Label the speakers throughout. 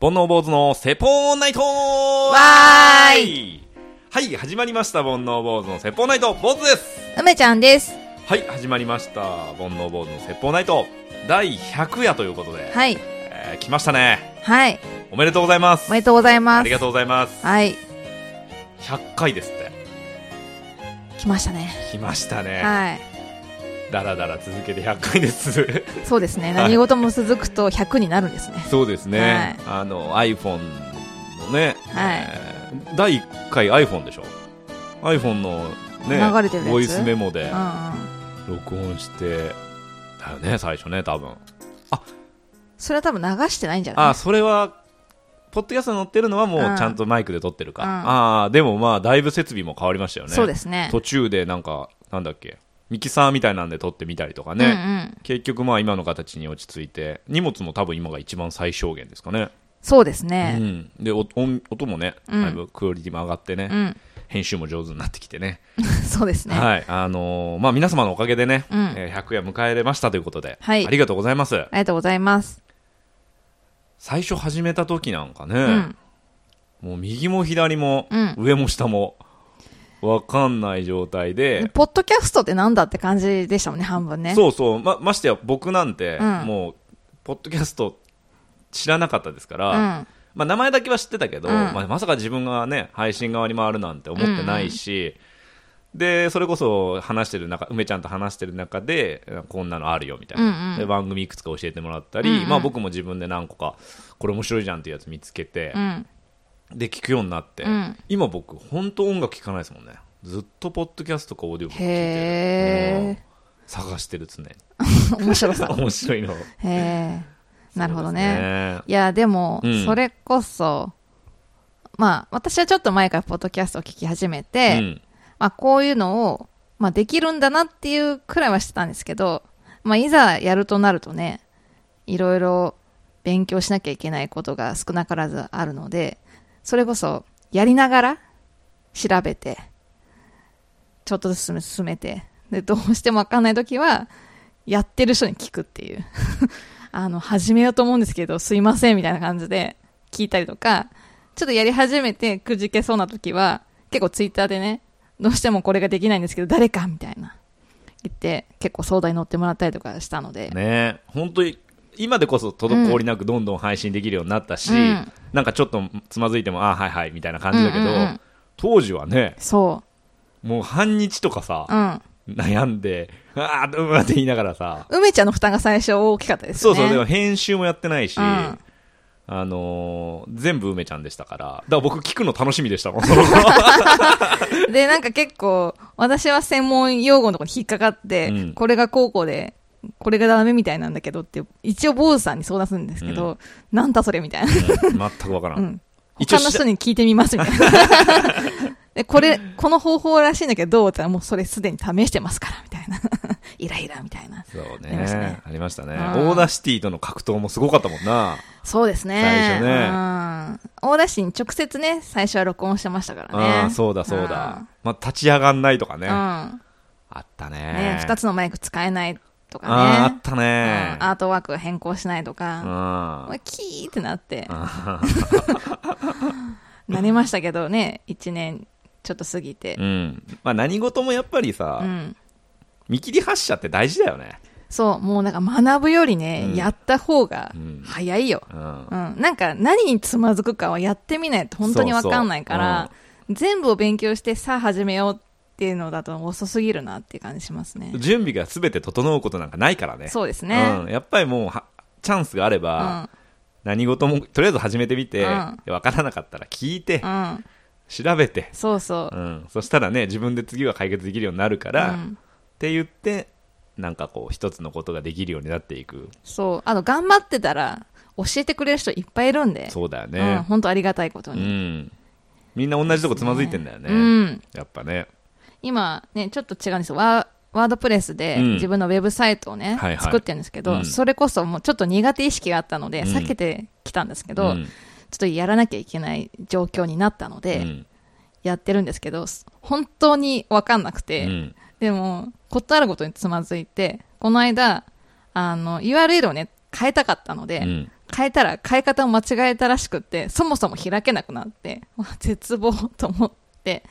Speaker 1: 煩悩坊主のセポーンナイトわ
Speaker 2: ー
Speaker 1: いはい、始まりました、煩悩坊主のセポーンナイト坊主です
Speaker 2: 梅ちゃんです。
Speaker 1: はい、始まりました、煩悩坊主のセポーンナイト第100夜ということで、
Speaker 2: はい。
Speaker 1: えー来ましたね。
Speaker 2: はい。
Speaker 1: おめでとうございます。
Speaker 2: おめでとうござい
Speaker 1: あ
Speaker 2: ま
Speaker 1: り
Speaker 2: す。
Speaker 1: がとうございます。
Speaker 2: はい。
Speaker 1: 100回ですって。
Speaker 2: 来ましたね。
Speaker 1: 来ましたね。
Speaker 2: はい。
Speaker 1: だらだら続けて100回 です。
Speaker 2: そうですね。
Speaker 1: はい
Speaker 2: 何事も続くと100になるんですね。
Speaker 1: そうですね。あの、iPhone のね、
Speaker 2: はい
Speaker 1: えー第1回 iPhone でしょ ?iPhone のね、
Speaker 2: 流れてるやつ
Speaker 1: ボイスメモで
Speaker 2: うんうん。
Speaker 1: 録音して、だよね、最初ね、多分。
Speaker 2: それは多分流してないんじゃない
Speaker 1: あ、それは、ポッドキャストに載ってるのはも
Speaker 2: う
Speaker 1: うんちゃんとマイクで撮ってるか。
Speaker 2: うん
Speaker 1: ああ、でもまあ、だいぶ設備も変わりましたよね。
Speaker 2: そうですね。
Speaker 1: 途中でなんか、なんだっけ、ミキサーみたいなんで撮ってみたりとかね。
Speaker 2: うんうん。
Speaker 1: 結局まあ今の形に落ち着いて荷物も多分今が一番最小限ですかね、
Speaker 2: そうです
Speaker 1: う
Speaker 2: ね。
Speaker 1: ん、でお音音もね
Speaker 2: うん
Speaker 1: だいぶクオリティも上がってね、
Speaker 2: うん。
Speaker 1: 編集も上手になってきてね
Speaker 2: そうですね。あ
Speaker 1: はいあのーまあ皆様のおかげでね、
Speaker 2: うん
Speaker 1: えー100夜迎えれましたということで、
Speaker 2: はい
Speaker 1: ありがとうございます
Speaker 2: りがとうございます。
Speaker 1: 最初始めた時なんかね、
Speaker 2: うん。
Speaker 1: もう右も左も、
Speaker 2: うん
Speaker 1: 上も下もわかんない状態で、
Speaker 2: ポッドキャストってなんだって感じでしたもんね、半分ね。
Speaker 1: そうそうまましてや僕なんて、
Speaker 2: うん
Speaker 1: もうポッドキャスト知らなかったですから、
Speaker 2: うん。
Speaker 1: まあ、名前だけは知ってたけど、
Speaker 2: うん
Speaker 1: まあ、まさか自分がね配信側に回るなんて思ってないし、でそれこそ話してる中梅ちゃんと話してる中でこんなのあるよみたいな、
Speaker 2: うんうん
Speaker 1: で番組いくつか教えてもらったり、
Speaker 2: うんうん
Speaker 1: まあ、僕も自分で何個かこれ面白いじゃんっていうやつ見つけて
Speaker 2: う、ん。
Speaker 1: で聞くようになって、
Speaker 2: うん
Speaker 1: 今僕本当音楽聞かないですもんねずっとポッドキャストかオーディオブック聞い
Speaker 2: へ
Speaker 1: て
Speaker 2: ー
Speaker 1: るもう探してる常に
Speaker 2: 面白さ。
Speaker 1: 面白いの
Speaker 2: へえ。 なるほど
Speaker 1: そう
Speaker 2: ね
Speaker 1: で。す
Speaker 2: いや、でも、
Speaker 1: うん
Speaker 2: それこそ、まあ、私はちょっと前からポッドキャストを聞き始めて、
Speaker 1: うん
Speaker 2: まあ、こういうのを、まあ、できるんだなっていうくらいはしてたんですけど、まあ、いざやるとなるとね、いろいろ勉強しなきゃいけないことが少なからずあるので、それこそ、やりながら調べて、ちょっとずつ進めて、で、どうしてもわかんないときは、やってる人に聞くっていう。 あの、始めようと思うんですけど、すいません、みたいな感じで聞いたりとか、ちょっとやり始めてくじけそうな時は、結構ツイッターでね、どうしてもこれができないんですけど、誰かみたいな。言って、結構相談に乗ってもらったりとかしたので。
Speaker 1: ね本当に今でこそ滞りなくどんどん配信できるようになったし、
Speaker 2: うん
Speaker 1: なんかちょっとつまずいてもああはいはいみたいな感じだけど、
Speaker 2: うんうんうん
Speaker 1: 当時はね
Speaker 2: そ
Speaker 1: もう半日とかさ
Speaker 2: う。う、ん。悩
Speaker 1: 悩んでああうんって言いながらさ
Speaker 2: 梅ちゃんの負担が最初大きかったです
Speaker 1: そ
Speaker 2: よ
Speaker 1: う
Speaker 2: ね。
Speaker 1: そうでも編集もやってないし、
Speaker 2: うん
Speaker 1: あのー全部梅ちゃんでしたからだから僕聞くの楽しみでしたもんその頃
Speaker 2: で、なんか結構、私は専門用語のところに引っかかって、
Speaker 1: うん
Speaker 2: これが高校で、これがダメみたいなんだけどって、一応坊主さんに相談するんですけど、なんだそれみたいな。
Speaker 1: うん全くわからん、
Speaker 2: うん。
Speaker 1: 一応
Speaker 2: 他の人に聞いてみますみたいな。で、これ、この方法らしいんだけど、どうって言ったらもうそれすでに試してますから、みたいな。 イライラみたいな。
Speaker 1: そう
Speaker 2: ありましたね
Speaker 1: ねありましたね
Speaker 2: うん
Speaker 1: オーダーシティとの格闘もすごかったもんな
Speaker 2: そうですね。
Speaker 1: 最初ね
Speaker 2: うん。大田市に直接ね、最初は録音してましたからね。
Speaker 1: ああそうだそうだ、まあ、立ち上がんないとかね、
Speaker 2: うん。うん。
Speaker 1: あったね
Speaker 2: ね、二つのマイク使えないとかね。
Speaker 1: あーあった
Speaker 2: うん
Speaker 1: ね
Speaker 2: アートワーク変更しないとか、
Speaker 1: あ
Speaker 2: キーってなって、
Speaker 1: あ
Speaker 2: なりましたけどね、1年ちょっと過ぎて
Speaker 1: う。んまあ何事もやっぱりさ、
Speaker 2: うん。
Speaker 1: 見切り発車って大事だよね、
Speaker 2: そう、もうなんか学ぶよりね、
Speaker 1: うん
Speaker 2: やった方が
Speaker 1: うん
Speaker 2: 早いよ。
Speaker 1: うん
Speaker 2: うん。なんか何につまずくかはやってみないと本当にわかんないから、全部を勉強してさあ始めようっていうのだと遅すぎるなっていう感じしますね。
Speaker 1: 準備が全て整うことなんかないからね
Speaker 2: そうですね。
Speaker 1: うん、やっぱりもうはチャンスがあれ
Speaker 2: う
Speaker 1: ば、
Speaker 2: ん。
Speaker 1: 何事もとりあえず始めてみて、
Speaker 2: うん
Speaker 1: でわからなかったら聞いて、
Speaker 2: うん。
Speaker 1: 調べて、
Speaker 2: そうそうう。
Speaker 1: ん、そしたらね自分で次は解決できるようになるから、
Speaker 2: う
Speaker 1: っ
Speaker 2: ん
Speaker 1: て言ってなんかこう一つのことができるようになっていく
Speaker 2: そう。あの、頑張ってたら、教えてくれる人いっぱいいるんで。
Speaker 1: そうだよ
Speaker 2: うん。
Speaker 1: ね、
Speaker 2: 本当ありがたいこと
Speaker 1: うん
Speaker 2: に。
Speaker 1: みんな同じとこつまずいてんだよね
Speaker 2: うん。
Speaker 1: やっぱね
Speaker 2: 今ね、ちょっと違うんですよ。ワワードプレスで
Speaker 1: うん
Speaker 2: 自分のウェブサイトをね、
Speaker 1: はいはい
Speaker 2: 作ってるんですけど、
Speaker 1: うん
Speaker 2: それこそもうちょっと苦手意識があったので、
Speaker 1: うん
Speaker 2: 避けてきたんですけど、
Speaker 1: うん
Speaker 2: ちょっとやらなきゃいけない状況になったので、
Speaker 1: うん
Speaker 2: やってるんですけど、本当にわかんなくて、
Speaker 1: うん
Speaker 2: でも、ことあることにつまずいて、この間、あの、URL をね、変えたかったので、
Speaker 1: うん
Speaker 2: 変えたら、変え方を間違えたらしくって、そもそも開けなくなって、わ絶望と思って。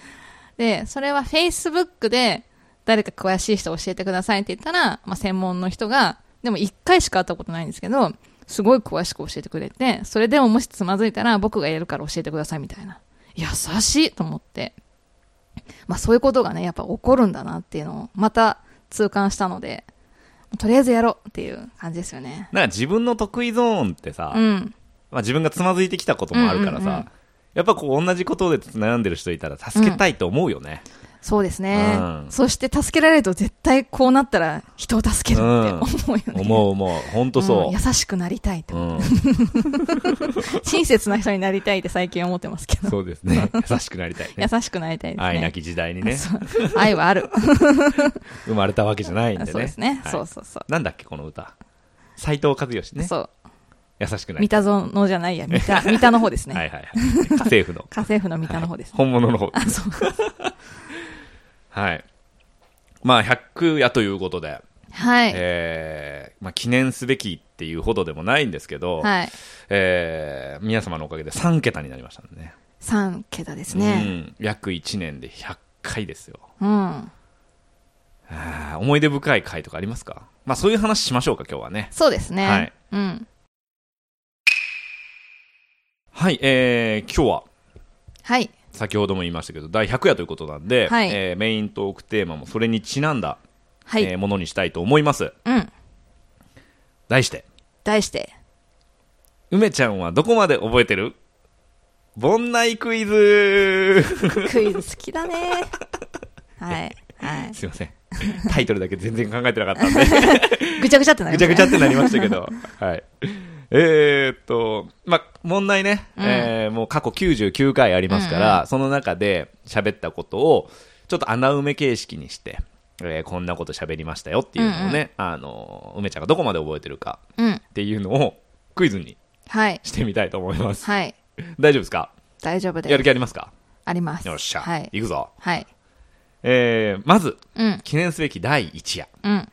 Speaker 2: で、それは Facebook で、誰か詳しい人教えてくださいって言ったら、まあ、専門の人が、でも1回しか会ったことないんですけど、すごい詳しく教えてくれて、それでももしつまずいたら僕がやるから教えてくださいみたいな。優しいと思って。まあそういうことがね、やっぱ起こるんだなっていうのを、また痛感したので、とりあえずやろうっていう感じですよね。
Speaker 1: なんか自分の得意ゾーンってさ、
Speaker 2: うん。
Speaker 1: まあ、自分がつまずいてきたこともあるからさ、
Speaker 2: うんうんうん
Speaker 1: やっぱこう同じことで悩んでる人いたら助けたいと思うよね、
Speaker 2: そうですね。
Speaker 1: うん
Speaker 2: そして助けられると絶対こうなったら人を助けるって思うよね。
Speaker 1: 思う思う本当そ
Speaker 2: ん優しくなりたいと
Speaker 1: う、う。ん
Speaker 2: 親切な人になりたいって最近思ってますけ ど。
Speaker 1: そうですね優しくなりたいね
Speaker 2: 優しくなりたいですね。
Speaker 1: 愛なき時代にね
Speaker 2: そう愛はある。
Speaker 1: 生まれたわけじゃ ないんでね
Speaker 2: そうですね。
Speaker 1: はい
Speaker 2: そうそうそ
Speaker 1: なんだっけこの歌斎藤和義
Speaker 2: う。
Speaker 1: ね
Speaker 2: そう。
Speaker 1: 優しくな
Speaker 2: 三
Speaker 1: りた
Speaker 2: 田園のじゃないや、三田、三田の方です
Speaker 1: い、はい
Speaker 2: ね。
Speaker 1: はいはい 家政婦の
Speaker 2: 家政婦の三田の方ですね。
Speaker 1: 本物の方
Speaker 2: あ、そう。
Speaker 1: はいまあ100夜ということで、
Speaker 2: はい。
Speaker 1: えーまあ、記念すべきっていうほどでもないんですけど、
Speaker 2: はい。
Speaker 1: えー皆様のおかげで3桁になりましたんでね
Speaker 2: 3桁ですね。
Speaker 1: うん、約1年で100回ですよ
Speaker 2: うん。
Speaker 1: あー思い出深い回とかありますかまあそういう話しましょうか今日はね
Speaker 2: そうですね。
Speaker 1: はい
Speaker 2: うん。
Speaker 1: はいえー、今日は
Speaker 2: はい。
Speaker 1: 先ほども言いましたけど第100夜ということなんで、
Speaker 2: はい
Speaker 1: えーメイントークテーマもそれにちなんだ、
Speaker 2: はい。
Speaker 1: えーものにしたいと思います
Speaker 2: うん。
Speaker 1: 題して
Speaker 2: 題 して。
Speaker 1: 「梅ちゃんはどこまで覚えてる?」盆内クイズ
Speaker 2: クイズ好きだね。はい。は
Speaker 1: すいませんタイトルだけ全然考えてなかったんで
Speaker 2: い。ぐちゃぐちゃってなり
Speaker 1: ぐちゃぐ
Speaker 2: ましたね
Speaker 1: ちゃってなりましたけど、 はい。えーっと、まあ、問題ね、
Speaker 2: うん
Speaker 1: えーもう過去99回ありますから、その中で喋ったことを、ちょっと穴埋め形式にして、えーこんなこと喋りましたよっていうのをね、あの、梅ちゃんがどこまで覚えてるか
Speaker 2: うん。
Speaker 1: っていうのをクイズに
Speaker 2: はい。
Speaker 1: してみたいと思います。
Speaker 2: はい。
Speaker 1: 大丈夫ですか
Speaker 2: 大丈夫で
Speaker 1: やる
Speaker 2: す。
Speaker 1: 気ありますか
Speaker 2: あります。
Speaker 1: よっしゃ。
Speaker 2: はいい。。
Speaker 1: くぞ。
Speaker 2: はい。
Speaker 1: えー、まず、
Speaker 2: うん。
Speaker 1: 記念すべき第1夜。
Speaker 2: うん。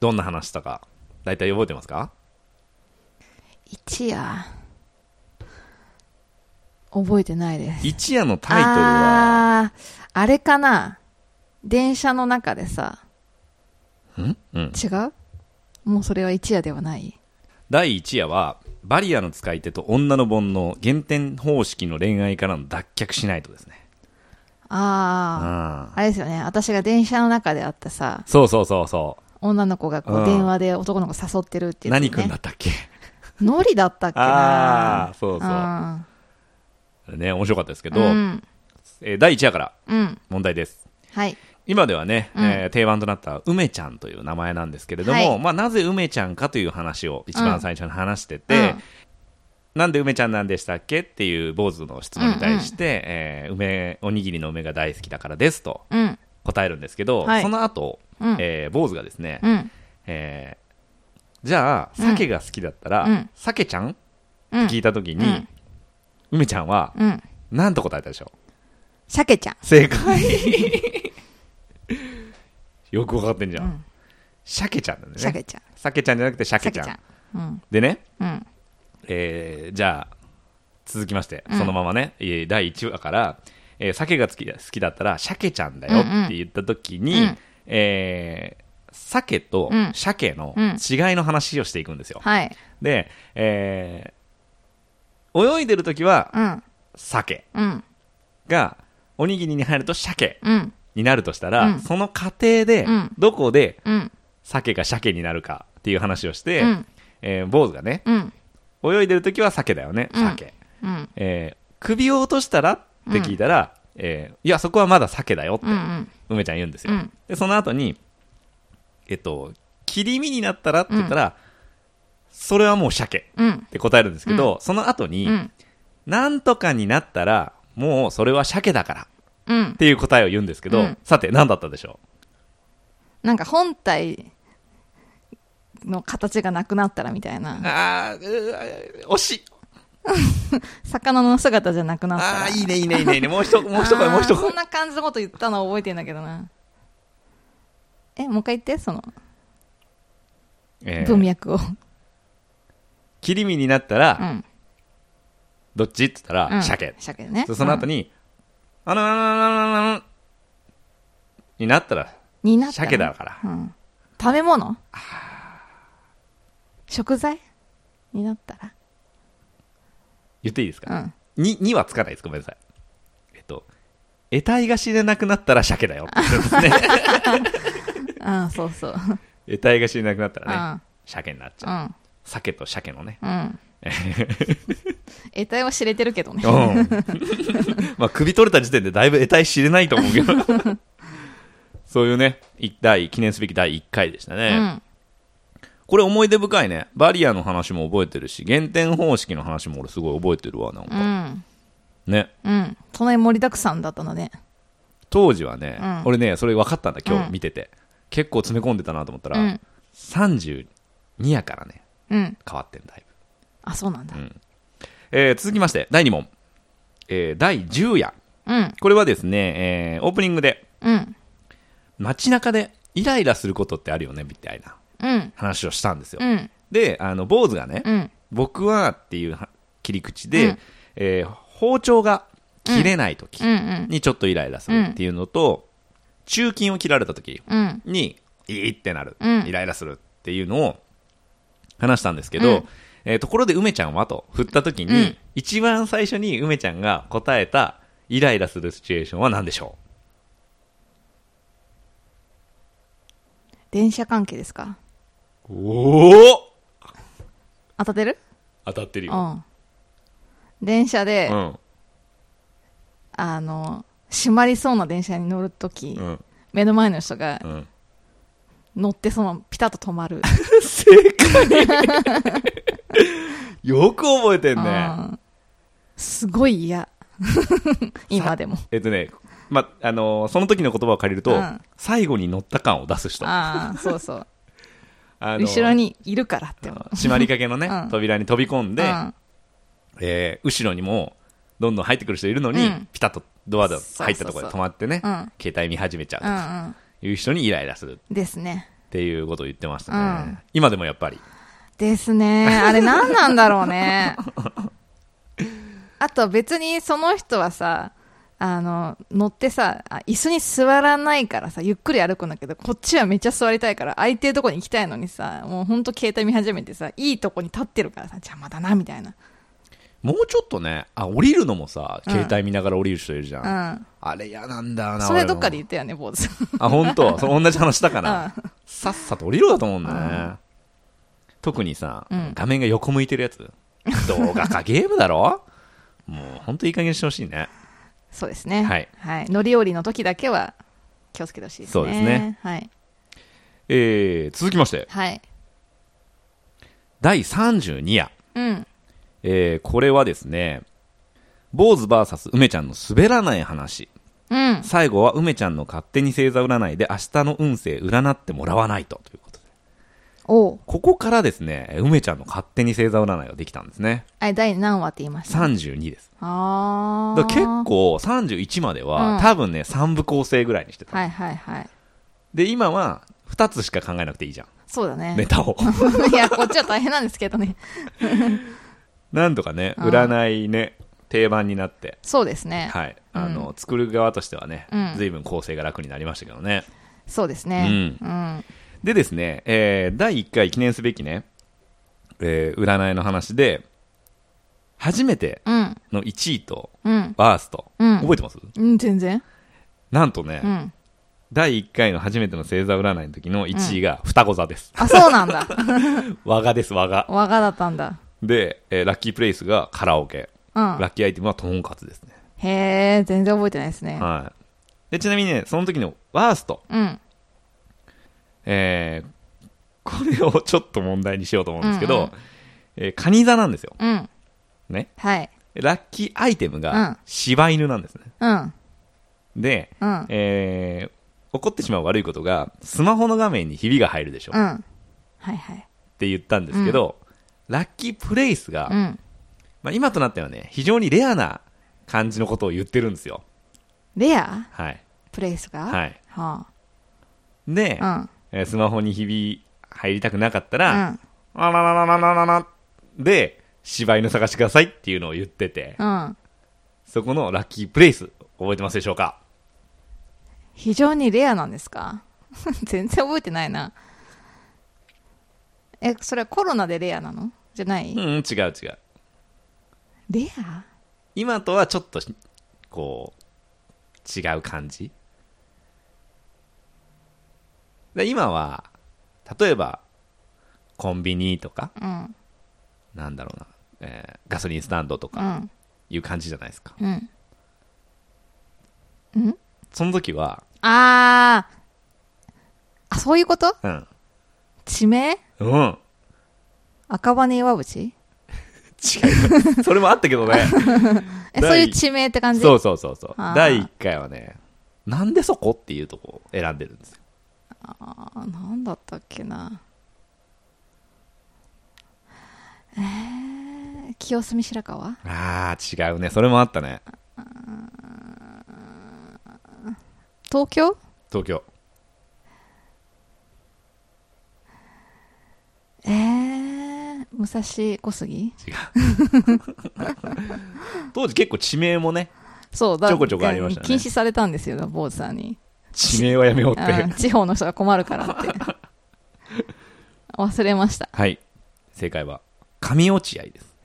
Speaker 1: どんな話したか、大体覚えてますか
Speaker 2: 一夜。覚えてないです。
Speaker 1: ?1 夜のタイトルは、
Speaker 2: あーあれかな電車の中でさ、
Speaker 1: んうん。
Speaker 2: 違うもうそれは一夜ではない
Speaker 1: 第1夜はバリアの使い手と女の煩悩減点方式の恋愛からの脱却しないとですね
Speaker 2: ああ、
Speaker 1: あ
Speaker 2: あれですよね。私が電車の中で会ったさ、
Speaker 1: そうそうそうそ
Speaker 2: 女の子がこ
Speaker 1: うん
Speaker 2: う電話で男の子誘ってるって
Speaker 1: う、
Speaker 2: いう、ね。
Speaker 1: 何君だったっけ
Speaker 2: ノリだったっけ
Speaker 1: あー
Speaker 2: な
Speaker 1: そうそう
Speaker 2: うん
Speaker 1: ね面白かったですけど、
Speaker 2: うん。
Speaker 1: えー第1夜から
Speaker 2: うん。
Speaker 1: 問題です
Speaker 2: はい。
Speaker 1: 今ではね、
Speaker 2: うん
Speaker 1: えー定番となった梅ちゃんという名前なんですけれども、
Speaker 2: はい
Speaker 1: まあ、なぜ梅ちゃんかという話を一番最初に話してて、
Speaker 2: うん
Speaker 1: なんで梅ちゃんなんでしたっけっていう坊主の質問に対して、えー梅おにぎりの梅が大好きだからですと
Speaker 2: うん。
Speaker 1: 答えるんですけど、
Speaker 2: はい
Speaker 1: その後、
Speaker 2: うん
Speaker 1: えー坊主がですね、
Speaker 2: うん。
Speaker 1: えーじゃあ、鮭が好きだったら、
Speaker 2: うん
Speaker 1: 鮭ちゃんって
Speaker 2: うん。
Speaker 1: 聞いたときに、
Speaker 2: うん
Speaker 1: 梅ちゃんは、
Speaker 2: うん。
Speaker 1: なんと答えたでしょう
Speaker 2: 鮭ちゃん。
Speaker 1: 正解 よくわかってんじゃん。
Speaker 2: うん
Speaker 1: 鮭ちゃんなんだよね。
Speaker 2: 鮭ちゃん。
Speaker 1: 鮭ちゃんじゃなくて鮭ちゃん。
Speaker 2: 鮭ゃん。うん。
Speaker 1: でね、
Speaker 2: うん。
Speaker 1: えーじゃあ、続きまして、
Speaker 2: ん
Speaker 1: そのままね、えー第1話から、えー鮭が好きだ好きだったら、鮭ちゃんだよって言ったときに、
Speaker 2: うんうん
Speaker 1: えー鮭と
Speaker 2: うん
Speaker 1: 鮭の
Speaker 2: うん
Speaker 1: 違いの話をしていくんですよ。
Speaker 2: はい。
Speaker 1: で、えー泳いでるときは
Speaker 2: うん。
Speaker 1: 鮭
Speaker 2: うん。
Speaker 1: が、おにぎりに入ると鮭
Speaker 2: うん。
Speaker 1: になるとしたら、
Speaker 2: うん
Speaker 1: その過程で
Speaker 2: うん、
Speaker 1: どこで
Speaker 2: うん。
Speaker 1: 鮭が鮭になるかっていう話をして、
Speaker 2: うん
Speaker 1: えー坊主がね、
Speaker 2: うん。
Speaker 1: 泳いでるときは鮭だよね、
Speaker 2: うん
Speaker 1: 鮭。
Speaker 2: うん。
Speaker 1: えー首を落としたらって聞いたら、えーいや、そこはまだ鮭だよって
Speaker 2: うん。う、ん。
Speaker 1: 梅ちゃん言うんですよ。
Speaker 2: うん
Speaker 1: で、その後に、えっと、切り身になったらって言ったら、それはもう鮭
Speaker 2: うん
Speaker 1: っ。て答えるんですけど、その後に、
Speaker 2: うん。
Speaker 1: なんとかになったら、もうそれは鮭だから
Speaker 2: うん
Speaker 1: っ。ていう答えを言うんですけど、
Speaker 2: うん
Speaker 1: さて何だったでしょ
Speaker 2: なんか本体の形がなくなったらみたいうな。
Speaker 1: あー、惜しい。
Speaker 2: 魚の姿じゃなくなったら。
Speaker 1: あー、いいね、いいね、いいねいいね。もう一、もう一声、
Speaker 2: あー
Speaker 1: もう一
Speaker 2: そ
Speaker 1: 声
Speaker 2: ん。な感じのこと言ったの覚えてんだけどな。え、もう一回言って、その
Speaker 1: えー
Speaker 2: 文脈を。
Speaker 1: 切り身になったら、
Speaker 2: うん
Speaker 1: どっちって言ったら、
Speaker 2: うん
Speaker 1: 鮭。
Speaker 2: 鮭ね
Speaker 1: そその後
Speaker 2: に、
Speaker 1: に、あの、あの、あの、あの、あの、になったら、
Speaker 2: うんになったら
Speaker 1: 鮭だから。
Speaker 2: うん、食べ物 食材になった、
Speaker 1: 言っていいですから
Speaker 2: うん、
Speaker 1: に、にはつかないです。ごめんなさい。えっと、得体が知れなくなったら鮭だよって言うんですね。
Speaker 2: ああそうそう、
Speaker 1: 得体が知れなくなったら
Speaker 2: あ
Speaker 1: ね、鮭になっち
Speaker 2: う
Speaker 1: ゃう。
Speaker 2: ん
Speaker 1: 鮭と鮭のね。
Speaker 2: うん得体は知れてるけどね
Speaker 1: うん。まあ、首取れた時点でだいぶ得体知れないと思うけど。そういうね、一第、記念すべき第1回でしたね。
Speaker 2: うん
Speaker 1: これ思い出深いね。バリアの話も覚えてるし、減点方式の話も俺すごい覚えてるわ、なん
Speaker 2: う
Speaker 1: か。
Speaker 2: ん
Speaker 1: ね。
Speaker 2: うんそんなに盛りだくさんだったのね
Speaker 1: 当時はね、
Speaker 2: うん
Speaker 1: 俺ね、それ分かったんだ、今
Speaker 2: う
Speaker 1: 日
Speaker 2: ん
Speaker 1: 見てて。結構詰め込んでたなと思った
Speaker 2: う
Speaker 1: ら、
Speaker 2: ん
Speaker 1: 32やからね、
Speaker 2: うん
Speaker 1: 変わってんだいぶ。
Speaker 2: あそうなんだ
Speaker 1: えー続きまして、第2問。えー第10夜。
Speaker 2: うん
Speaker 1: これはですね、えーオープニングで、
Speaker 2: うん
Speaker 1: 街中でイライラすることってあるよね、みたいな
Speaker 2: うん
Speaker 1: 話をしたんですよ。
Speaker 2: うん
Speaker 1: で、あの、坊主がね、
Speaker 2: うん
Speaker 1: 僕はっていう切り口で、
Speaker 2: うん
Speaker 1: えー包丁が切れない時
Speaker 2: うん
Speaker 1: にちょっとイライラするっていうのと、中筋を切られた時
Speaker 2: うんうん
Speaker 1: にいいってなる、
Speaker 2: うん
Speaker 1: イライラするっていうのを話したんですけど、
Speaker 2: うん
Speaker 1: えーところで梅ちゃんはと振った時に、
Speaker 2: うん
Speaker 1: 一番最初に梅ちゃんが答えたイライラするシチュエーションは何でしょ
Speaker 2: 電車関係ですか
Speaker 1: うおお
Speaker 2: 当たってる
Speaker 1: 当たってる
Speaker 2: う
Speaker 1: よ、
Speaker 2: ん電車で、
Speaker 1: うん
Speaker 2: あの閉まりそうな電車に乗るとき、
Speaker 1: うん
Speaker 2: 目の前の人が
Speaker 1: うん、
Speaker 2: 乗ってそのままピタッと止まる、
Speaker 1: 正解よく覚えてんね
Speaker 2: うんすごい嫌 今でも
Speaker 1: えっとね、ま、あのーその時の言葉を借りると、
Speaker 2: うん
Speaker 1: 最後に乗った感を出す人。
Speaker 2: ああそうそう
Speaker 1: あのー
Speaker 2: 後ろにいるからって思う
Speaker 1: 閉まりかけのね、
Speaker 2: うん
Speaker 1: 扉に飛び込んで、
Speaker 2: うん
Speaker 1: えー後ろにも、どんどん入ってくる人いるのに、
Speaker 2: うん
Speaker 1: ピタッとドアで
Speaker 2: そうそうそう
Speaker 1: 入ったところで止まってね、
Speaker 2: うん
Speaker 1: 携帯見始めちゃうと
Speaker 2: う
Speaker 1: か、
Speaker 2: ん
Speaker 1: いう人にイライラするっ
Speaker 2: うんですね
Speaker 1: ていうことを言ってましたね。
Speaker 2: うん
Speaker 1: 今でもやっぱり。
Speaker 2: で すねあれ何なんだろうねあと別にその人はさあの乗ってさあ椅子に座らないからさゆっくり歩くんだけどこっちはめっちゃ座りたいから空いてるとこに行きたいのにさもうほんと携帯見始めてさいいとこに立ってるからさ邪魔だなみたいな
Speaker 1: もうちょっとね、あ、降りるのもさ、
Speaker 2: うん
Speaker 1: 携帯見ながら降りる人いるじゃん。
Speaker 2: うん
Speaker 1: あれ嫌なんだよな、
Speaker 2: それ
Speaker 1: 俺も
Speaker 2: どっかで言ったよね坊主さん
Speaker 1: あ、本当 そう同じ話したかな。
Speaker 2: うん
Speaker 1: さっさと降りろだと思うんだよね、
Speaker 2: う
Speaker 1: 特にさ、
Speaker 2: うん
Speaker 1: 画面が横向いてるや つ動画かゲームだろもうほんといい加減にしてほしいね
Speaker 2: そうですね
Speaker 1: はい、
Speaker 2: 乗り降りの時だけは気をつけてほしいですね
Speaker 1: そうですね
Speaker 2: はい
Speaker 1: えー、続きまして
Speaker 2: はい
Speaker 1: 第32夜、
Speaker 2: うん
Speaker 1: えー、これはですね坊主 VS 梅ちゃんの滑らない話
Speaker 2: うん
Speaker 1: 最後は梅ちゃんの勝手に星座占いで明日の運勢占ってもらわないとということで
Speaker 2: おう
Speaker 1: ここからですね梅ちゃんの勝手に星座占いができたんですね
Speaker 2: あれ第何話って言いました
Speaker 1: 32です
Speaker 2: あ
Speaker 1: だ
Speaker 2: あ
Speaker 1: から結構31までは、
Speaker 2: うん
Speaker 1: 多分ね3部構成ぐらいにしてた、
Speaker 2: はいはいはい
Speaker 1: で今は2つしか考えなくていいじゃん
Speaker 2: そうだね
Speaker 1: ネタを
Speaker 2: いやこっちは大変なんですけどね
Speaker 1: なんとかね
Speaker 2: うん
Speaker 1: 占いね定番になって
Speaker 2: そうですね、
Speaker 1: はいあの、作る側としてはね、
Speaker 2: うん
Speaker 1: 随分構成が楽になりましたけどね
Speaker 2: そうですねうん、
Speaker 1: でですね、えー第1回記念すべきね、えー占いの話で初めて
Speaker 2: うん
Speaker 1: の1位と
Speaker 2: うん
Speaker 1: ワースト、
Speaker 2: うん
Speaker 1: 覚えてます
Speaker 2: うん全然
Speaker 1: なんとね、
Speaker 2: うん
Speaker 1: 第1回の初めての星座占いの時の1位が双子座 です、
Speaker 2: あそうなんだ
Speaker 1: 和賀です和賀
Speaker 2: 我がだったんだ
Speaker 1: で、えーラッキープレイスがカラオケ、
Speaker 2: うん
Speaker 1: ラッキーアイテムはとんかつですね、
Speaker 2: へえ全然覚えてないですね
Speaker 1: はい、でちなみにねその時のワースト、
Speaker 2: うん
Speaker 1: えーこれをちょっと問題にしようと思うんですけど、
Speaker 2: うんうん
Speaker 1: えーカニ座なんですよ、
Speaker 2: うん
Speaker 1: ね、
Speaker 2: はい
Speaker 1: ラッキーアイテム
Speaker 2: うん
Speaker 1: が柴犬なんですね、
Speaker 2: うん
Speaker 1: で、
Speaker 2: うん
Speaker 1: えー怒ってしまう悪いことがスマホの画面にひびが入るでしょ、
Speaker 2: う
Speaker 1: っ
Speaker 2: んはいはい
Speaker 1: て言ったんですけど、ラッキープレイスが、
Speaker 2: うん
Speaker 1: まあ、今となってはね非常にレアな感じのことを言ってるんですよ
Speaker 2: レア
Speaker 1: はい
Speaker 2: プレイスが
Speaker 1: はい
Speaker 2: は
Speaker 1: で、
Speaker 2: あ
Speaker 1: えースマホにひび入りたくなかった
Speaker 2: うん
Speaker 1: ら、
Speaker 2: うん
Speaker 1: あらららららららで、柴犬探してくださいっていうのを言ってて、
Speaker 2: うん。
Speaker 1: そこのラッキープレイス、覚えてますでしょうか
Speaker 2: 非常にレアなんですか 全然覚えてないな。え、それはコロナでレアなのじゃない、
Speaker 1: うん、うん、違う違う。
Speaker 2: レア
Speaker 1: 今とはちょっとし、こう、違う感じ。で今は、例えば、コンビニとか、
Speaker 2: うん。
Speaker 1: なんだろうな、えーガソリンスタンドと
Speaker 2: う
Speaker 1: か
Speaker 2: ん。
Speaker 1: いう感じじゃないですか。
Speaker 2: うん。
Speaker 1: その時は、
Speaker 2: あー。あ、そういうこと
Speaker 1: うん、
Speaker 2: 地名
Speaker 1: うん、
Speaker 2: 赤羽岩淵
Speaker 1: 違 う。それもあったけどね。
Speaker 2: え、
Speaker 1: ない
Speaker 2: そういう地名って感じ
Speaker 1: そうそうそうそう。
Speaker 2: あー
Speaker 1: 第1回はね、なんでそこっていうとこを選んでるんですよ。
Speaker 2: あなんだったっけなえー、清澄白河
Speaker 1: ああ、違うね。それもあったね。
Speaker 2: 東京
Speaker 1: 東京。
Speaker 2: えー、武蔵小杉
Speaker 1: 違う。当時結構地名もね、
Speaker 2: そうだ
Speaker 1: ちょこちょこありましたね
Speaker 2: 禁止されたんですよ坊主さんに
Speaker 1: 地名はやめようっ
Speaker 2: あ
Speaker 1: て。
Speaker 2: 地方の人が困るからって 忘れました
Speaker 1: はい。正解は、上落合です。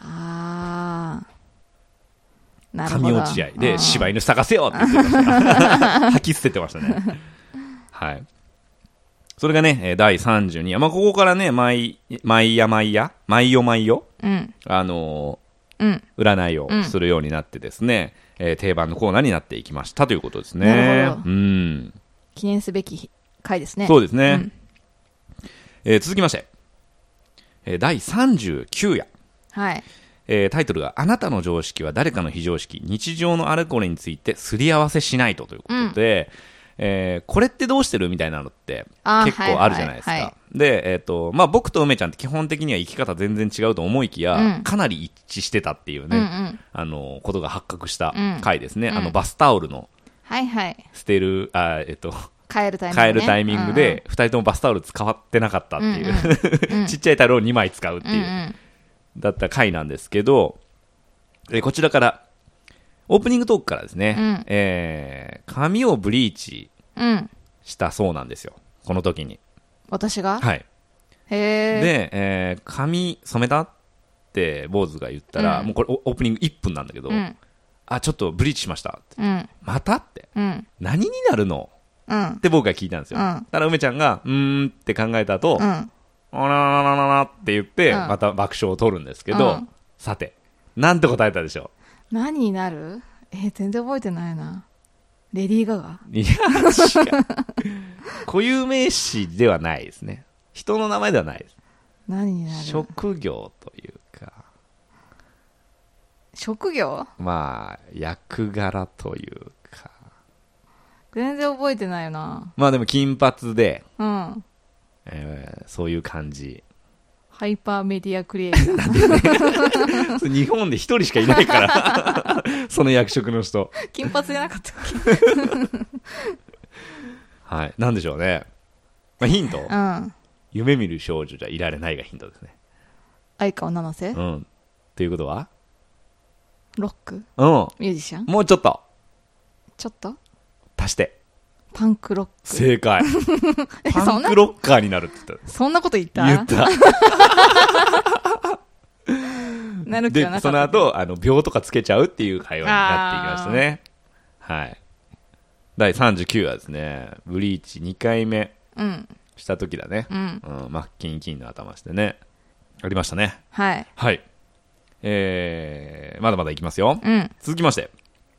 Speaker 2: あーなるほど
Speaker 1: 上落合で、柴
Speaker 2: 居
Speaker 1: 犬探せよって言ってました。 吐き捨ててましたね。はい。それがね、えー第32話。まあ、ここからね、毎、毎夜毎夜、毎夜毎夜、
Speaker 2: うん
Speaker 1: あのー
Speaker 2: うん
Speaker 1: 占いをするようになってですね、えー定番のコーナーになっていきましたということですね。
Speaker 2: なるほど
Speaker 1: うん。
Speaker 2: 記念すべき回ですね
Speaker 1: そうですね。
Speaker 2: うん
Speaker 1: えー続きまして、えー第39夜。
Speaker 2: はい
Speaker 1: えータイトルが「あなたの常識は誰かの非常識日常のあれこれについてすり合わせしないと」ということで、えーこれってどうしてるみたいなのって
Speaker 2: あー
Speaker 1: 結構あるじゃないですか。
Speaker 2: はいはいは
Speaker 1: で、えーとまあ、僕と梅ちゃんって基本的には生き方全然違うと思いきや、
Speaker 2: うん
Speaker 1: かなり一致してたっていう
Speaker 2: う
Speaker 1: ね、
Speaker 2: んうん
Speaker 1: あのことが発覚した
Speaker 2: うん
Speaker 1: 回ですね、
Speaker 2: うん
Speaker 1: あのバスタオルの
Speaker 2: はいはい
Speaker 1: 捨てるあ、えっと、
Speaker 2: 帰るタイミング、ね、
Speaker 1: 変えるタイミングで2人ともバスタオル使ってなかったっていう、
Speaker 2: うんうん
Speaker 1: ちっちゃいタオルを2枚使うって
Speaker 2: うん
Speaker 1: いうう、
Speaker 2: んうん
Speaker 1: だった回なんですけど、えーこちらからオープニングトークからですね、
Speaker 2: うん
Speaker 1: えー髪をブリーチ
Speaker 2: うん、うん、
Speaker 1: したそうなんですよこの時に
Speaker 2: 私が、
Speaker 1: はい
Speaker 2: へえ
Speaker 1: で、えー髪染めたって坊主が言ったら、
Speaker 2: うん
Speaker 1: もうこれオオープニング1分なんだけど、
Speaker 2: うん
Speaker 1: あちょっとブリーチしましたって
Speaker 2: うん
Speaker 1: またって
Speaker 2: うん
Speaker 1: 何になるの
Speaker 2: うん
Speaker 1: って僕が聞いたんですよ。
Speaker 2: うん
Speaker 1: ただ梅ちゃんが、うーんって考えた後、
Speaker 2: うん
Speaker 1: あらららららって言って、
Speaker 2: うん
Speaker 1: また爆笑を取るんですけど、
Speaker 2: うん
Speaker 1: さて、なんて答えたでしょ
Speaker 2: 何になるえー全然覚えてないなレディー・ガガ
Speaker 1: ういや、違う。固有名詞ではないですね。人の名前ではないです。
Speaker 2: 何になる
Speaker 1: 職業というか、
Speaker 2: 職業
Speaker 1: まあ、役柄というか。
Speaker 2: 全然覚えてないな
Speaker 1: まあでも金髪で、
Speaker 2: うん
Speaker 1: えーそういう感じ。
Speaker 2: ハイパーメディアクリエイター
Speaker 1: 日本で一人しかいないから、 その役職の人。
Speaker 2: 金髪じゃなかったっけ
Speaker 1: はい。なんでしょうね。まあ、ヒント、
Speaker 2: うん
Speaker 1: 夢見る少女じゃいられないがヒントですね。
Speaker 2: 相川七瀬
Speaker 1: うん。ということは
Speaker 2: ロック
Speaker 1: うん。
Speaker 2: ミュージシャン
Speaker 1: もうちょっと
Speaker 2: ちょっと
Speaker 1: 足して。
Speaker 2: パンクロック
Speaker 1: 正 解。パ
Speaker 2: そ
Speaker 1: ン
Speaker 2: んな
Speaker 1: クロッカーになるって言っ
Speaker 2: そんなこと言った
Speaker 1: た。言った。
Speaker 2: な る気
Speaker 1: で、
Speaker 2: はな
Speaker 1: そ
Speaker 2: か
Speaker 1: の
Speaker 2: った
Speaker 1: 後、あの、秒とかつけちゃうっていう会話になっていきましたね。はい。第39話ですね。ブリーチ2回目
Speaker 2: うん
Speaker 1: した時だね。
Speaker 2: うん
Speaker 1: うん。マッキンキンの頭してね。ありましたね。
Speaker 2: はい
Speaker 1: はい。えー、まだまだいきますよ。
Speaker 2: うん
Speaker 1: 続きまして、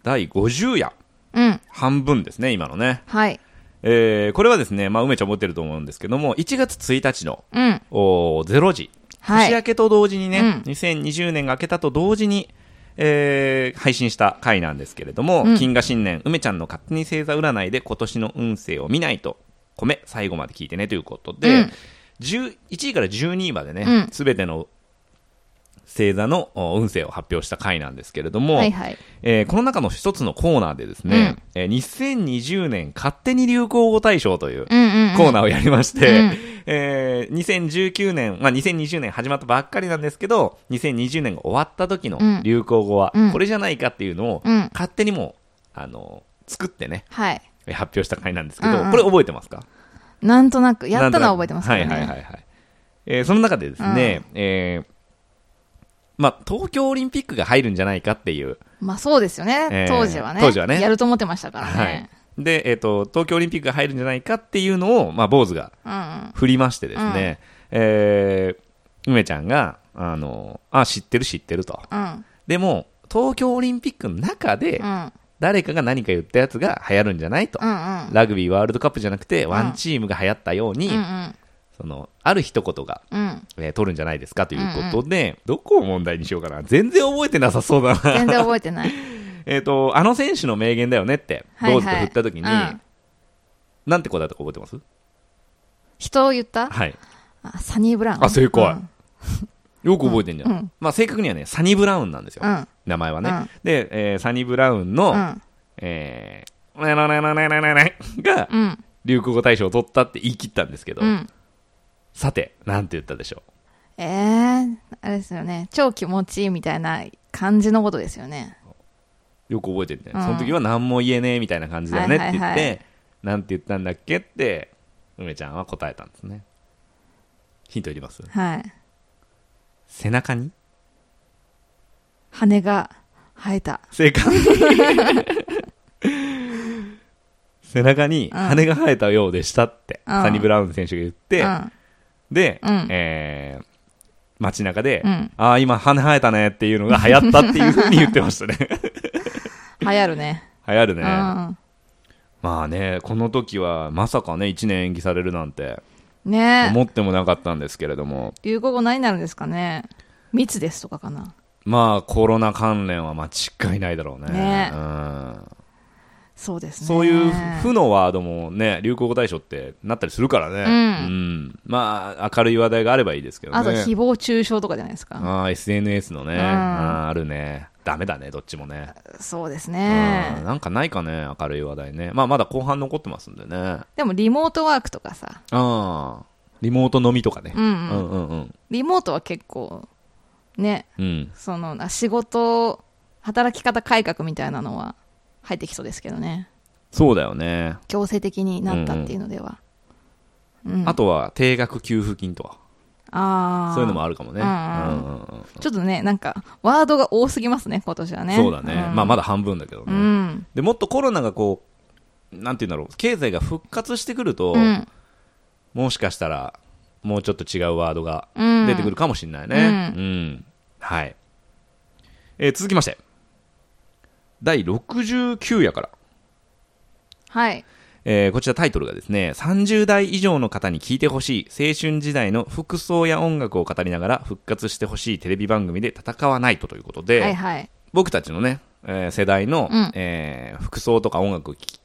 Speaker 1: 第50夜。
Speaker 2: うん
Speaker 1: 半分ですね、今のね。
Speaker 2: はい
Speaker 1: えーこれはですね、まあ、梅ちゃん持ってると思うんですけども、1月1日の
Speaker 2: うん
Speaker 1: おー0時、
Speaker 2: はい
Speaker 1: 年明けと同時にね、
Speaker 2: うん
Speaker 1: 2020年が明けたと同時に、えー配信した回なんですけれども、
Speaker 2: うん
Speaker 1: 金河新年、梅ちゃんの勝手に星座占いで今年の運勢を見ないと、米、最後まで聞いてねということで、
Speaker 2: うん
Speaker 1: 10 1位から12位まで
Speaker 2: う
Speaker 1: ね
Speaker 2: ん、
Speaker 1: すべ、ての星座のお運勢を発表した回なんですけれども、
Speaker 2: はいはい。
Speaker 1: えーこの中の一つのコーナーでですね、えー2020年勝手に流行語大賞という
Speaker 2: うんうん、うん。
Speaker 1: コーナーをやりまして、
Speaker 2: うん
Speaker 1: えー2019年、まあ、2020年始まったばっかりなんですけど、2020年が終わった時の
Speaker 2: うん
Speaker 1: 流行語は
Speaker 2: うん
Speaker 1: これじゃないかっていうのを、
Speaker 2: うん
Speaker 1: 勝手にもう、あの、作ってね、
Speaker 2: はい。
Speaker 1: 発表した回なんですけど、
Speaker 2: うんうん
Speaker 1: これ覚えてますか
Speaker 2: なんとなく、やったのは覚えてますけどね。
Speaker 1: はいはいはいはい。えーその中でですね、えーまあ、東京オリンピックが入るんじゃないかっていう、
Speaker 2: まあそうですよね、
Speaker 1: えー
Speaker 2: 当時はね。
Speaker 1: 当時はね
Speaker 2: やると思ってましたから
Speaker 1: はい
Speaker 2: ね。。
Speaker 1: で、えっ、と、東京オリンピックが入るんじゃないかっていうのを、まあ、坊主が
Speaker 2: うん
Speaker 1: 振りましてですね、えー梅ちゃんが、あの、あ、知ってる知ってると。
Speaker 2: うん。うん。
Speaker 1: でも、東京オリンピックの中で
Speaker 2: う、ん。
Speaker 1: 誰かが何か言ったやつが流行るんじゃないと。
Speaker 2: うんうん。
Speaker 1: ラグビーワールドカップじゃなくて、ワンチームが流行ったように、
Speaker 2: うん
Speaker 1: その、ある一言が、
Speaker 2: うん。うん。
Speaker 1: えー取るんじゃないですかということで、どこを問題にしようかな。全然覚えてなさそうだな。
Speaker 2: 全然覚えてない。
Speaker 1: えっと、あの選手の名言だよねって、
Speaker 2: はい
Speaker 1: 坊
Speaker 2: はい
Speaker 1: 主が振った時に、
Speaker 2: うん
Speaker 1: なんて答えたか覚えてます
Speaker 2: 人を言った
Speaker 1: はい。
Speaker 2: あサニー・ブラウン。
Speaker 1: あ正解
Speaker 2: うん
Speaker 1: よく覚えてんじゃん。
Speaker 2: うんうん
Speaker 1: まあ正確にはね、サニブラウンなんですよ。
Speaker 2: うん。
Speaker 1: 名前はね。
Speaker 2: うん
Speaker 1: で、えーサニブラウンの、
Speaker 2: うん。
Speaker 1: えー、ねねねねねねねが
Speaker 2: うん。
Speaker 1: 流行語大賞を取ったって言い切ったんですけど、
Speaker 2: うん。
Speaker 1: さて、なんて言ったでしょ
Speaker 2: えー、あれですよね。超気持ちいいみたいな感じのことですよね。
Speaker 1: うよく覚えてるね、
Speaker 2: うん
Speaker 1: その時は何も言えねえみたいな感じだよねって言って、
Speaker 2: はいはいは
Speaker 1: なんて言ったんだっけって、梅ちゃんは答えたんですね。ヒントいります
Speaker 2: はい。
Speaker 1: 背中に
Speaker 2: 羽が生えた。
Speaker 1: 正解背中に羽が生えたようでしたって、
Speaker 2: うん
Speaker 1: サニブラウン選手が言って、
Speaker 2: うん。
Speaker 1: で、
Speaker 2: うん
Speaker 1: えー街中で、
Speaker 2: うん
Speaker 1: ああ、今羽生えたねっていうのが流行ったっていうふうに言ってました ね。
Speaker 2: 流行るね。
Speaker 1: 流行る
Speaker 2: う
Speaker 1: ね。
Speaker 2: ん。ね
Speaker 1: まあね、この時はまさかね、1年延期されるなんて
Speaker 2: え。
Speaker 1: 思ってもなかったんですけれども、
Speaker 2: 流行語何になるんですかね。密ですとかかな。
Speaker 1: まあコロナ関連は間違いないだろうね。
Speaker 2: ね
Speaker 1: うん
Speaker 2: そうですね。
Speaker 1: そういう負のワードもね、流行語大賞ってなったりするからね。
Speaker 2: うん
Speaker 1: んまあ、明るい話題があればいいですけどね。
Speaker 2: あと、誹謗中傷とかじゃないですか。
Speaker 1: ああ SNS のね、
Speaker 2: うん
Speaker 1: あーあるね。ダメだね、どっちもね。
Speaker 2: そうです
Speaker 1: うん
Speaker 2: ね。
Speaker 1: なんかないかね、明るい話題ね。まあ、まだ後半残ってますんでね。
Speaker 2: でも、リモートワークとか
Speaker 1: あ
Speaker 2: さ。
Speaker 1: あ、リモート飲みとかね。
Speaker 2: うん
Speaker 1: う
Speaker 2: うん
Speaker 1: んうんうん。
Speaker 2: リモートは結構、ね、
Speaker 1: うん。
Speaker 2: その、あ仕事、働き方改革みたいなのは入ってきそうですけどね。
Speaker 1: そうだよね。
Speaker 2: 強制的になったっていうのでは。うん
Speaker 1: あとは、定額給付金とか。
Speaker 2: ああ。
Speaker 1: そういうのもあるかもね。
Speaker 2: う
Speaker 1: うんんうんうん
Speaker 2: ちょっとね、なんか、ワードが多すぎますね、今年はね。
Speaker 1: そうだね。
Speaker 2: ん
Speaker 1: まあ、まだ半分だけど
Speaker 2: う
Speaker 1: ね。
Speaker 2: ん。
Speaker 1: でもっとコロナがこう、なんて言うんだろう、経済が復活してくると、
Speaker 2: うん。
Speaker 1: もしかしたら、もうちょっと違うワードが
Speaker 2: うん
Speaker 1: 出てくるかもしれないね。うん。はい。えー続きまして。第69夜から。
Speaker 2: はい。
Speaker 1: えーこちらタイトルがですね、30代以上の方に聞いてほしい青春時代の服装や音楽を語りながら復活してほしいテレビ番組で戦わないとということで、
Speaker 2: はいはい。
Speaker 1: 僕たちのね、えー世代の、
Speaker 2: うん
Speaker 1: えー服装とか音楽を聞き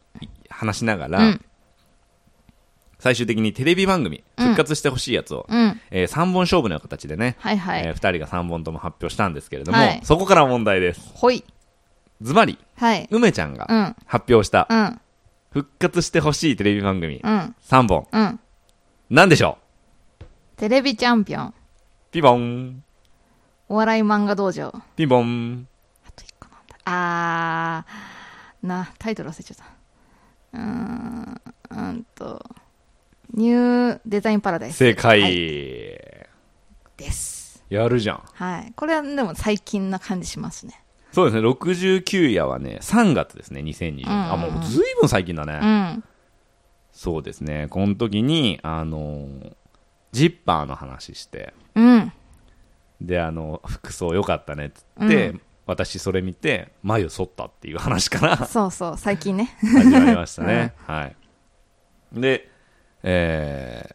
Speaker 1: 話しながら、
Speaker 2: うん
Speaker 1: 最終的にテレビ番組、
Speaker 2: うん
Speaker 1: 復活してほしいやつを、
Speaker 2: うん。
Speaker 1: え3本勝負のような形でね、
Speaker 2: はいは
Speaker 1: え
Speaker 2: い。
Speaker 1: 2人が3本とも発表したんですけれども、
Speaker 2: はい
Speaker 1: そこから問題です。
Speaker 2: ほい。
Speaker 1: ズバリ、
Speaker 2: はい。
Speaker 1: 梅ちゃん
Speaker 2: う
Speaker 1: が
Speaker 2: ん。
Speaker 1: 発表した、
Speaker 2: うん。
Speaker 1: 復活してほしいテレビ番組、
Speaker 2: うん。
Speaker 1: 3本、
Speaker 2: うん。
Speaker 1: なんでしょ
Speaker 2: テレビチャンピオン。
Speaker 1: うピボン、
Speaker 2: お笑い漫画道場。
Speaker 1: ピボン。
Speaker 2: あと一個なんだ。あー、な、タイトル忘れちゃった。うーん、うーんと、ニューデザインパラダイス
Speaker 1: 正解、
Speaker 2: はです。
Speaker 1: やるじゃん。
Speaker 2: はい。これはでも最近な感じしますね。
Speaker 1: そうですね、69夜はね、3月ですね、2020年。あ、もうずいぶん最近だね。
Speaker 2: うん。
Speaker 1: そうですね、この時に、あのージッパーの話して、
Speaker 2: うん。
Speaker 1: で、あの、服装良かったねっつって、
Speaker 2: う
Speaker 1: 私それ見て、眉剃ったっていう話から
Speaker 2: そうそう、最近ね。
Speaker 1: 始まりましたね。はい。で、えー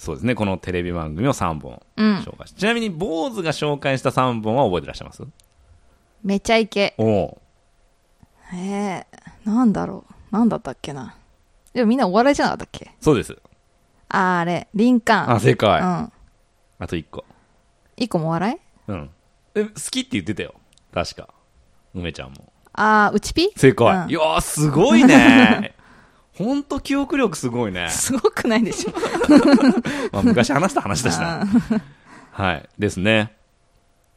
Speaker 1: そうですね、このテレビ番組を3本
Speaker 2: うん。
Speaker 1: 紹介し、ちなみに、坊主が紹介した3本は覚えてらっしゃいます
Speaker 2: めちゃイケ。
Speaker 1: おおう
Speaker 2: えー、なんだろう。なんだったっけな。でもみんなお笑いじゃなかったっけ
Speaker 1: そうです。
Speaker 2: あーあれ、リンカーン。
Speaker 1: あ、正解。
Speaker 2: うん。
Speaker 1: あと1個。
Speaker 2: 一個もお笑い
Speaker 1: うん。え好きって言ってたよ。確か。梅ちゃんも。
Speaker 2: ああ、うちぴ
Speaker 1: 正解。
Speaker 2: うん
Speaker 1: いやー、すごい ね。ほんと記憶力すごいね。
Speaker 2: すごくないでしょ。
Speaker 1: まあ、昔話した話でした。はい。ですね。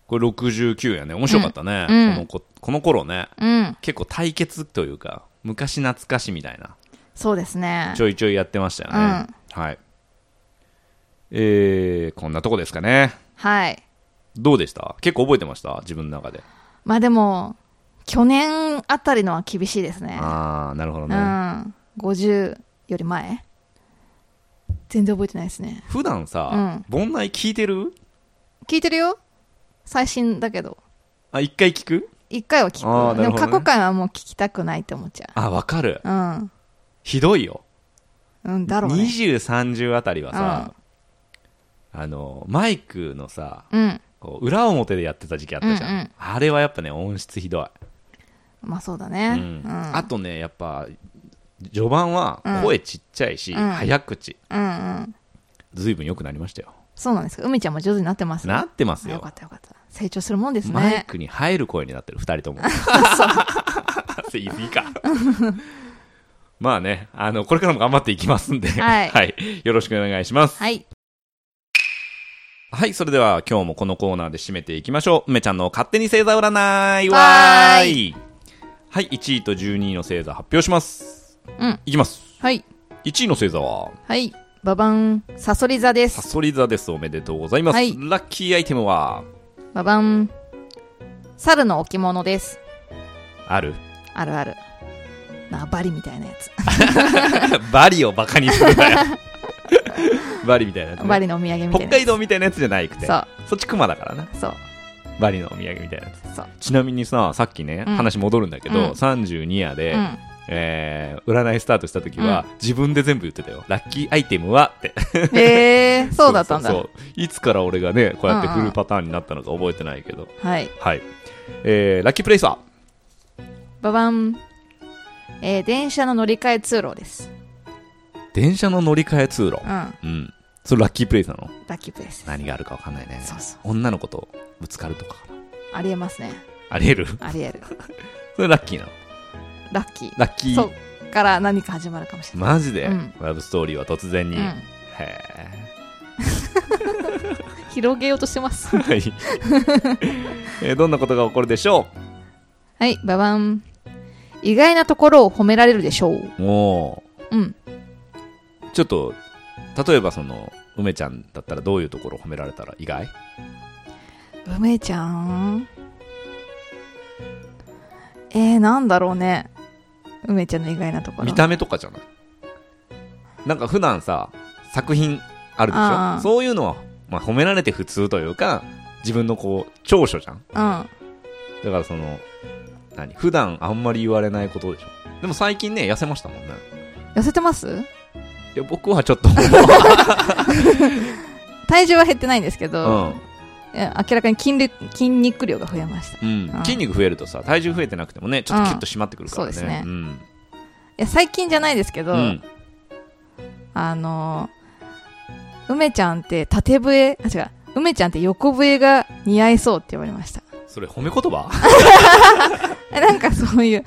Speaker 1: これ69やね。面白かったね。
Speaker 2: うんうん
Speaker 1: このここの頃ね。
Speaker 2: うん。
Speaker 1: 結構対決というか、昔懐かしみたいな。
Speaker 2: そうですね
Speaker 1: ち。ょいちょいやってましたよね。はい。えー、こんなとこですかね。
Speaker 2: はい。
Speaker 1: どうでした結構覚えてました自分の中で。
Speaker 2: まあでも、去年あたりのは厳しいですね。
Speaker 1: あー、なるほど
Speaker 2: う
Speaker 1: ね。
Speaker 2: ん。50より前全然覚えてないですね。
Speaker 1: 普段さ、盆内聞いてる
Speaker 2: 聞いてるよ最新だけど。
Speaker 1: あ、一回聞く
Speaker 2: 一回は聞
Speaker 1: あー
Speaker 2: く。
Speaker 1: な
Speaker 2: で
Speaker 1: る
Speaker 2: も
Speaker 1: ほどね
Speaker 2: 過去回はもう聞きたくないって思っちゃ
Speaker 1: あ、わかる。
Speaker 2: う。うん。
Speaker 1: ひどいよ。
Speaker 2: うん、だろうね。
Speaker 1: 20、30あたりはさ、あの、マイクのさ、
Speaker 2: うん。
Speaker 1: こう裏表でやってた時期あったじゃん。
Speaker 2: うんうん
Speaker 1: あれはやっぱね、音質ひど
Speaker 2: まあそうだ
Speaker 1: い。
Speaker 2: ね。
Speaker 1: う
Speaker 2: うんん。
Speaker 1: あとね、やっぱ、序盤は
Speaker 2: うん
Speaker 1: 声ちっちゃいし、
Speaker 2: うん
Speaker 1: 早口。
Speaker 2: うんうん。
Speaker 1: ずいぶん良くなりましたよ。
Speaker 2: そうなんですか。梅ちゃんも上手になってます
Speaker 1: なってます
Speaker 2: あよ
Speaker 1: よ
Speaker 2: かっ。たよかった。成長するもんです
Speaker 1: マイ
Speaker 2: ね。
Speaker 1: クに入る声になってる、二人 とも。 いいか。まあね、あの、これからも頑張っていきますんで、
Speaker 2: はい
Speaker 1: よろしくお願いします。
Speaker 2: はい。
Speaker 1: はい、それでは今日もこのコーナーで締めていきましょう。梅ちゃんの勝手に星座占い
Speaker 2: わ
Speaker 1: わ
Speaker 2: ー
Speaker 1: ーい。はい、1位と12位の星座発表します。
Speaker 2: うん。
Speaker 1: いきます。
Speaker 2: はい。
Speaker 1: 1位の星座は、
Speaker 2: はい。ババン、サソリ座で
Speaker 1: サ
Speaker 2: す。
Speaker 1: ソリ座です。おめでとうございます。
Speaker 2: はい
Speaker 1: ラッキーアイテムは、
Speaker 2: ババン、猿の置物です。
Speaker 1: ある。
Speaker 2: あるある。縄張りみたいなやつ。
Speaker 1: バリをバカにするなよ。 バリみたいなやつね、
Speaker 2: バリのお土産みた
Speaker 1: 北
Speaker 2: いなや
Speaker 1: 海道みたいなやつじゃないくて。
Speaker 2: つ。
Speaker 1: そ
Speaker 2: そ
Speaker 1: っち熊だからな。
Speaker 2: う。そう。
Speaker 1: バリのお土産みたいなやつ。
Speaker 2: そう。
Speaker 1: ちなみにさ、さっきね、
Speaker 2: うん
Speaker 1: 話戻るんだけど、
Speaker 2: うん
Speaker 1: 32夜で、
Speaker 2: うん。
Speaker 1: えー占いスタートした時は、自分で全部言ってたよ。ラッキーアイテムはって。
Speaker 2: へえ、そうだったんだ。
Speaker 1: そうそういつから俺がね、こうやって
Speaker 2: うんうん
Speaker 1: フルパターンになったのか覚えてないけど。
Speaker 2: はい。
Speaker 1: はい。えーラッキープレイスは
Speaker 2: ババン、えー電車の乗り換え通路です。
Speaker 1: 電車の乗り換え通路
Speaker 2: うん。。ラ
Speaker 1: うん。それラッキープレイスなの
Speaker 2: ッキープレイス。
Speaker 1: 何があるかわかんないね。
Speaker 2: そうそう。
Speaker 1: 女の子とぶつかるとかかな。
Speaker 2: ありえますね。
Speaker 1: ありえる
Speaker 2: ありえる。
Speaker 1: それラッキーなの
Speaker 2: ラッキー。
Speaker 1: ラッキー。
Speaker 2: そっから何か始まるかもしれない。
Speaker 1: マジで、
Speaker 2: うん
Speaker 1: ラブストーリーは突然に。
Speaker 2: う
Speaker 1: へ
Speaker 2: ん。
Speaker 1: え。
Speaker 2: 広げようとしてます。
Speaker 1: はい。 えーどんなことが起こるでしょ
Speaker 2: はい、ババン。意外なところを褒められるでしょう。
Speaker 1: うも
Speaker 2: うん。
Speaker 1: う、ちょっと、例えばその、梅ちゃんだったらどういうところ褒められたら意外
Speaker 2: 梅ちゃんえー、なんだろうね。梅ちゃんの意外なところ。
Speaker 1: 見た目とかじゃないなんか普段さ、作品あるでし
Speaker 2: あ
Speaker 1: ょ
Speaker 2: ー
Speaker 1: そういうのは、まあ、褒められて普通というか、自分のこう、長所じゃん。
Speaker 2: うん。
Speaker 1: だからその、何普段あんまり言われないことでしょでも最近ね、痩せましたもんね。
Speaker 2: 痩せてます
Speaker 1: いや、僕はちょっと、
Speaker 2: 体重は減ってないんですけ
Speaker 1: う
Speaker 2: ど、
Speaker 1: ん。
Speaker 2: いや明らかに筋力筋肉量が増えました。い
Speaker 1: うん
Speaker 2: う、ん
Speaker 1: 筋肉増えるとさ体重増えてなくてもねちょっとキュッと締まってくるからね、
Speaker 2: うんそうですね
Speaker 1: ん
Speaker 2: や、最近じゃないですけど、
Speaker 1: うん
Speaker 2: あのー梅ちゃんって縦笛、あ、違う。梅ちゃんって横笛が似合いそうって言われました。
Speaker 1: それ褒め言葉
Speaker 2: えなんかそういう、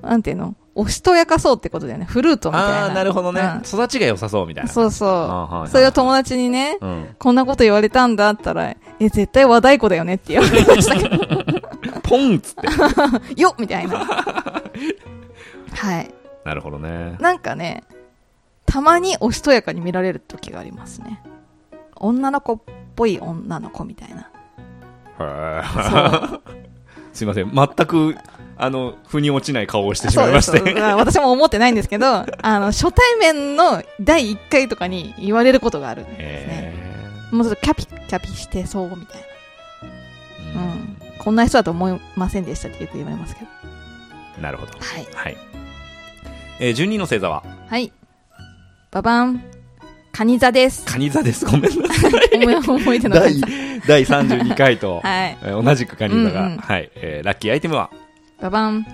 Speaker 2: なんていうのおしとやかそうってことだよね。フルートみたいな。
Speaker 1: ああーなるほどね、
Speaker 2: うん
Speaker 1: 育ちが良さそうみたいな
Speaker 2: そう
Speaker 1: あーはいは
Speaker 2: そ。
Speaker 1: いう
Speaker 2: それを友達にね、
Speaker 1: うん、
Speaker 2: こんなこと言われたんだったら、え、絶対和太鼓だよねって言われ ましたけ
Speaker 1: ポンっつって
Speaker 2: ど、よっみたいな。はい。
Speaker 1: なるほどね
Speaker 2: なんかね、たまにおしとやかに見られる時がありますね。女の子っぽい女の子みたいな。
Speaker 1: はい すいません全くあの腑に落ちない顔をしてしまいまし
Speaker 2: そうです
Speaker 1: て
Speaker 2: うん私も思ってないんですけ ど、あの、初対面の第1回とかに言われることがあるんですね。
Speaker 1: え
Speaker 2: もうちょっとキャピ、キャピしてそうみたいな。
Speaker 1: ー
Speaker 2: うん。こんな人だと思いませんでしたってよく言われますけど。
Speaker 1: うんなるほど
Speaker 2: はい。
Speaker 1: はい、えー、12の星座は
Speaker 2: はい。ババン。カニ 座です。
Speaker 1: カニ座 ですごめんなさい
Speaker 2: 思い、覚えてなかっ
Speaker 1: 第第32回と、
Speaker 2: た。 はい。
Speaker 1: えー同じくカニ座が、
Speaker 2: うんうん
Speaker 1: はいえーラッキーアイテムは
Speaker 2: ババン。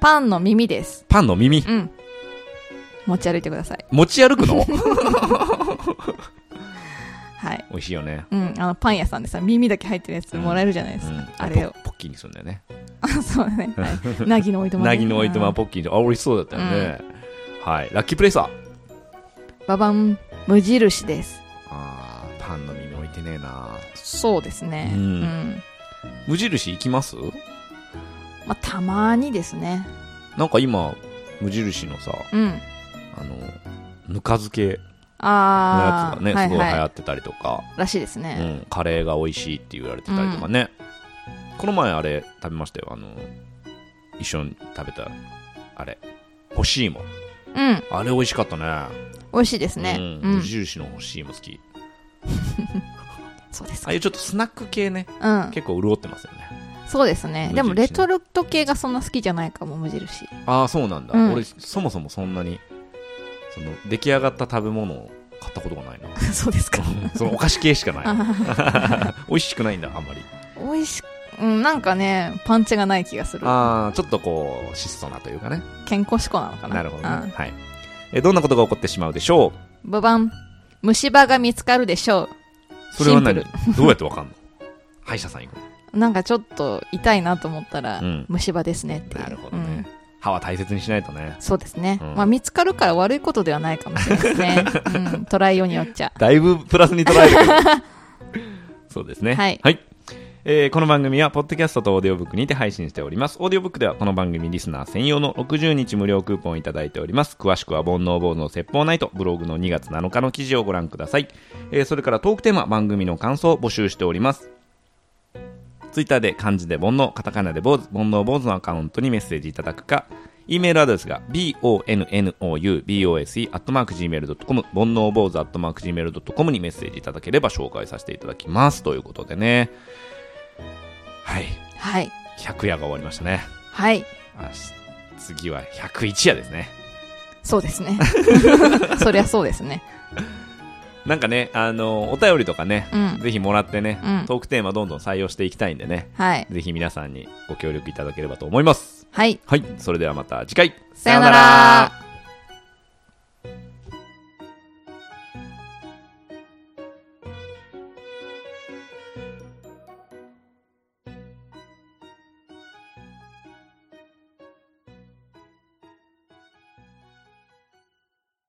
Speaker 2: パンの耳です。
Speaker 1: パンの耳
Speaker 2: うん。持ち歩いてください。
Speaker 1: 持ち歩くの
Speaker 2: はい。
Speaker 1: 美味しいよね。
Speaker 2: うん、あの、パン屋さんでさ、耳だけ入ってるやつもらえるじゃないですか。
Speaker 1: うん
Speaker 2: あれを。
Speaker 1: ポポッキーにするんだよね。
Speaker 2: あ、 そうだね。 はい。なぎのおいとま、ね。
Speaker 1: なぎのおいとま
Speaker 2: うん
Speaker 1: ポッキーと、あ、美味しそうだったよね。はい。ラッキープレイサー。
Speaker 2: ババン、無印です。
Speaker 1: あーパンの耳置いてねえな
Speaker 2: そうですね。
Speaker 1: う
Speaker 2: うんん。
Speaker 1: 無印行きます
Speaker 2: まあ、たまにですね。
Speaker 1: なんか今、無印のさ、
Speaker 2: うん。
Speaker 1: あの、ぬか漬けのや
Speaker 2: あ
Speaker 1: つ
Speaker 2: あ、
Speaker 1: がね、すごい流
Speaker 2: はい
Speaker 1: 行
Speaker 2: は
Speaker 1: ってたりとか、
Speaker 2: い。らしいですね。
Speaker 1: うん、カレーが美味しいって言われてたりとかね。この前あれ食べましたよ。あの、一緒に食べた、あれ、干し芋。
Speaker 2: うん。
Speaker 1: あれ美味しかったね。
Speaker 2: 美味しいですね。
Speaker 1: う
Speaker 2: うんん。
Speaker 1: 無印の干し芋好き。
Speaker 2: そうです
Speaker 1: ああいうちょっとスナック系ね、
Speaker 2: うん。
Speaker 1: 結構潤ってますよね。
Speaker 2: そうですね。でも、
Speaker 1: 無印ね
Speaker 2: レトルト系がそんな好きじゃないかも、無印。
Speaker 1: ああ、そうなんだ。
Speaker 2: うん
Speaker 1: 俺、そもそもそんなに、その、出来上がった食べ物を買ったことがないな。
Speaker 2: そうですか。
Speaker 1: そのお菓子系しかない。 美味しくないんだ、あんまり。
Speaker 2: 美味し、うん、なんかね、パンチがない気がする。
Speaker 1: ああ、ちょっとこう、質素なというかね。
Speaker 2: 健康志向なのかな。
Speaker 1: なるほど
Speaker 2: うん
Speaker 1: ね。はい。え、どんなことが起こってしまうでしょう
Speaker 2: ババン虫歯が見つかるでしょ
Speaker 1: それは何
Speaker 2: シン
Speaker 1: どうやってわかんの歯医者さん行く
Speaker 2: うなんかちょっと痛いなと思ったら、
Speaker 1: うん
Speaker 2: 虫歯ですねってい
Speaker 1: の
Speaker 2: う
Speaker 1: なるほど
Speaker 2: う
Speaker 1: ね
Speaker 2: ん。
Speaker 1: 歯は大切にしないとね。
Speaker 2: そうですね、
Speaker 1: うん
Speaker 2: まあ見つかるから悪いことではないかもしれないです ね、うん、トライようによっちゃ
Speaker 1: だいぶプラスに捉えるけど。 そうですね。
Speaker 2: はい
Speaker 1: えーこの番組は、ポッドキャストとオーディオブックにて配信しております。オーディオブックでは、この番組リスナー専用の60日無料クーポンをいただいております。詳しくは、煩悩坊主の説法ナイト、ブログの2月7日の記事をご覧ください。えーそれから、トークテーマ、番組の感想を募集しております。ツイッターで漢字で煩悩、カタカナで坊主、煩悩坊主のアカウントにメッセージいただくか、e メールアドレスが bonoubose.gmail.com、煩悩坊主 .gmail.com にメッセージいただければ紹介させていただきます。ということでね。はい。
Speaker 2: はい
Speaker 1: 100夜が終わりましたね。
Speaker 2: はい
Speaker 1: あし次は101夜ですね。
Speaker 2: そうです ねそりゃそうですね
Speaker 1: なんかね、あの、お便りとかね、
Speaker 2: うん
Speaker 1: ぜひもらってね、
Speaker 2: うん
Speaker 1: トークテーマどんどん採用していきたいんでね、
Speaker 2: はい
Speaker 1: ぜひ皆さんにご協力いただければと思います。
Speaker 2: はい
Speaker 1: はい、それではまた次回。
Speaker 2: さよなら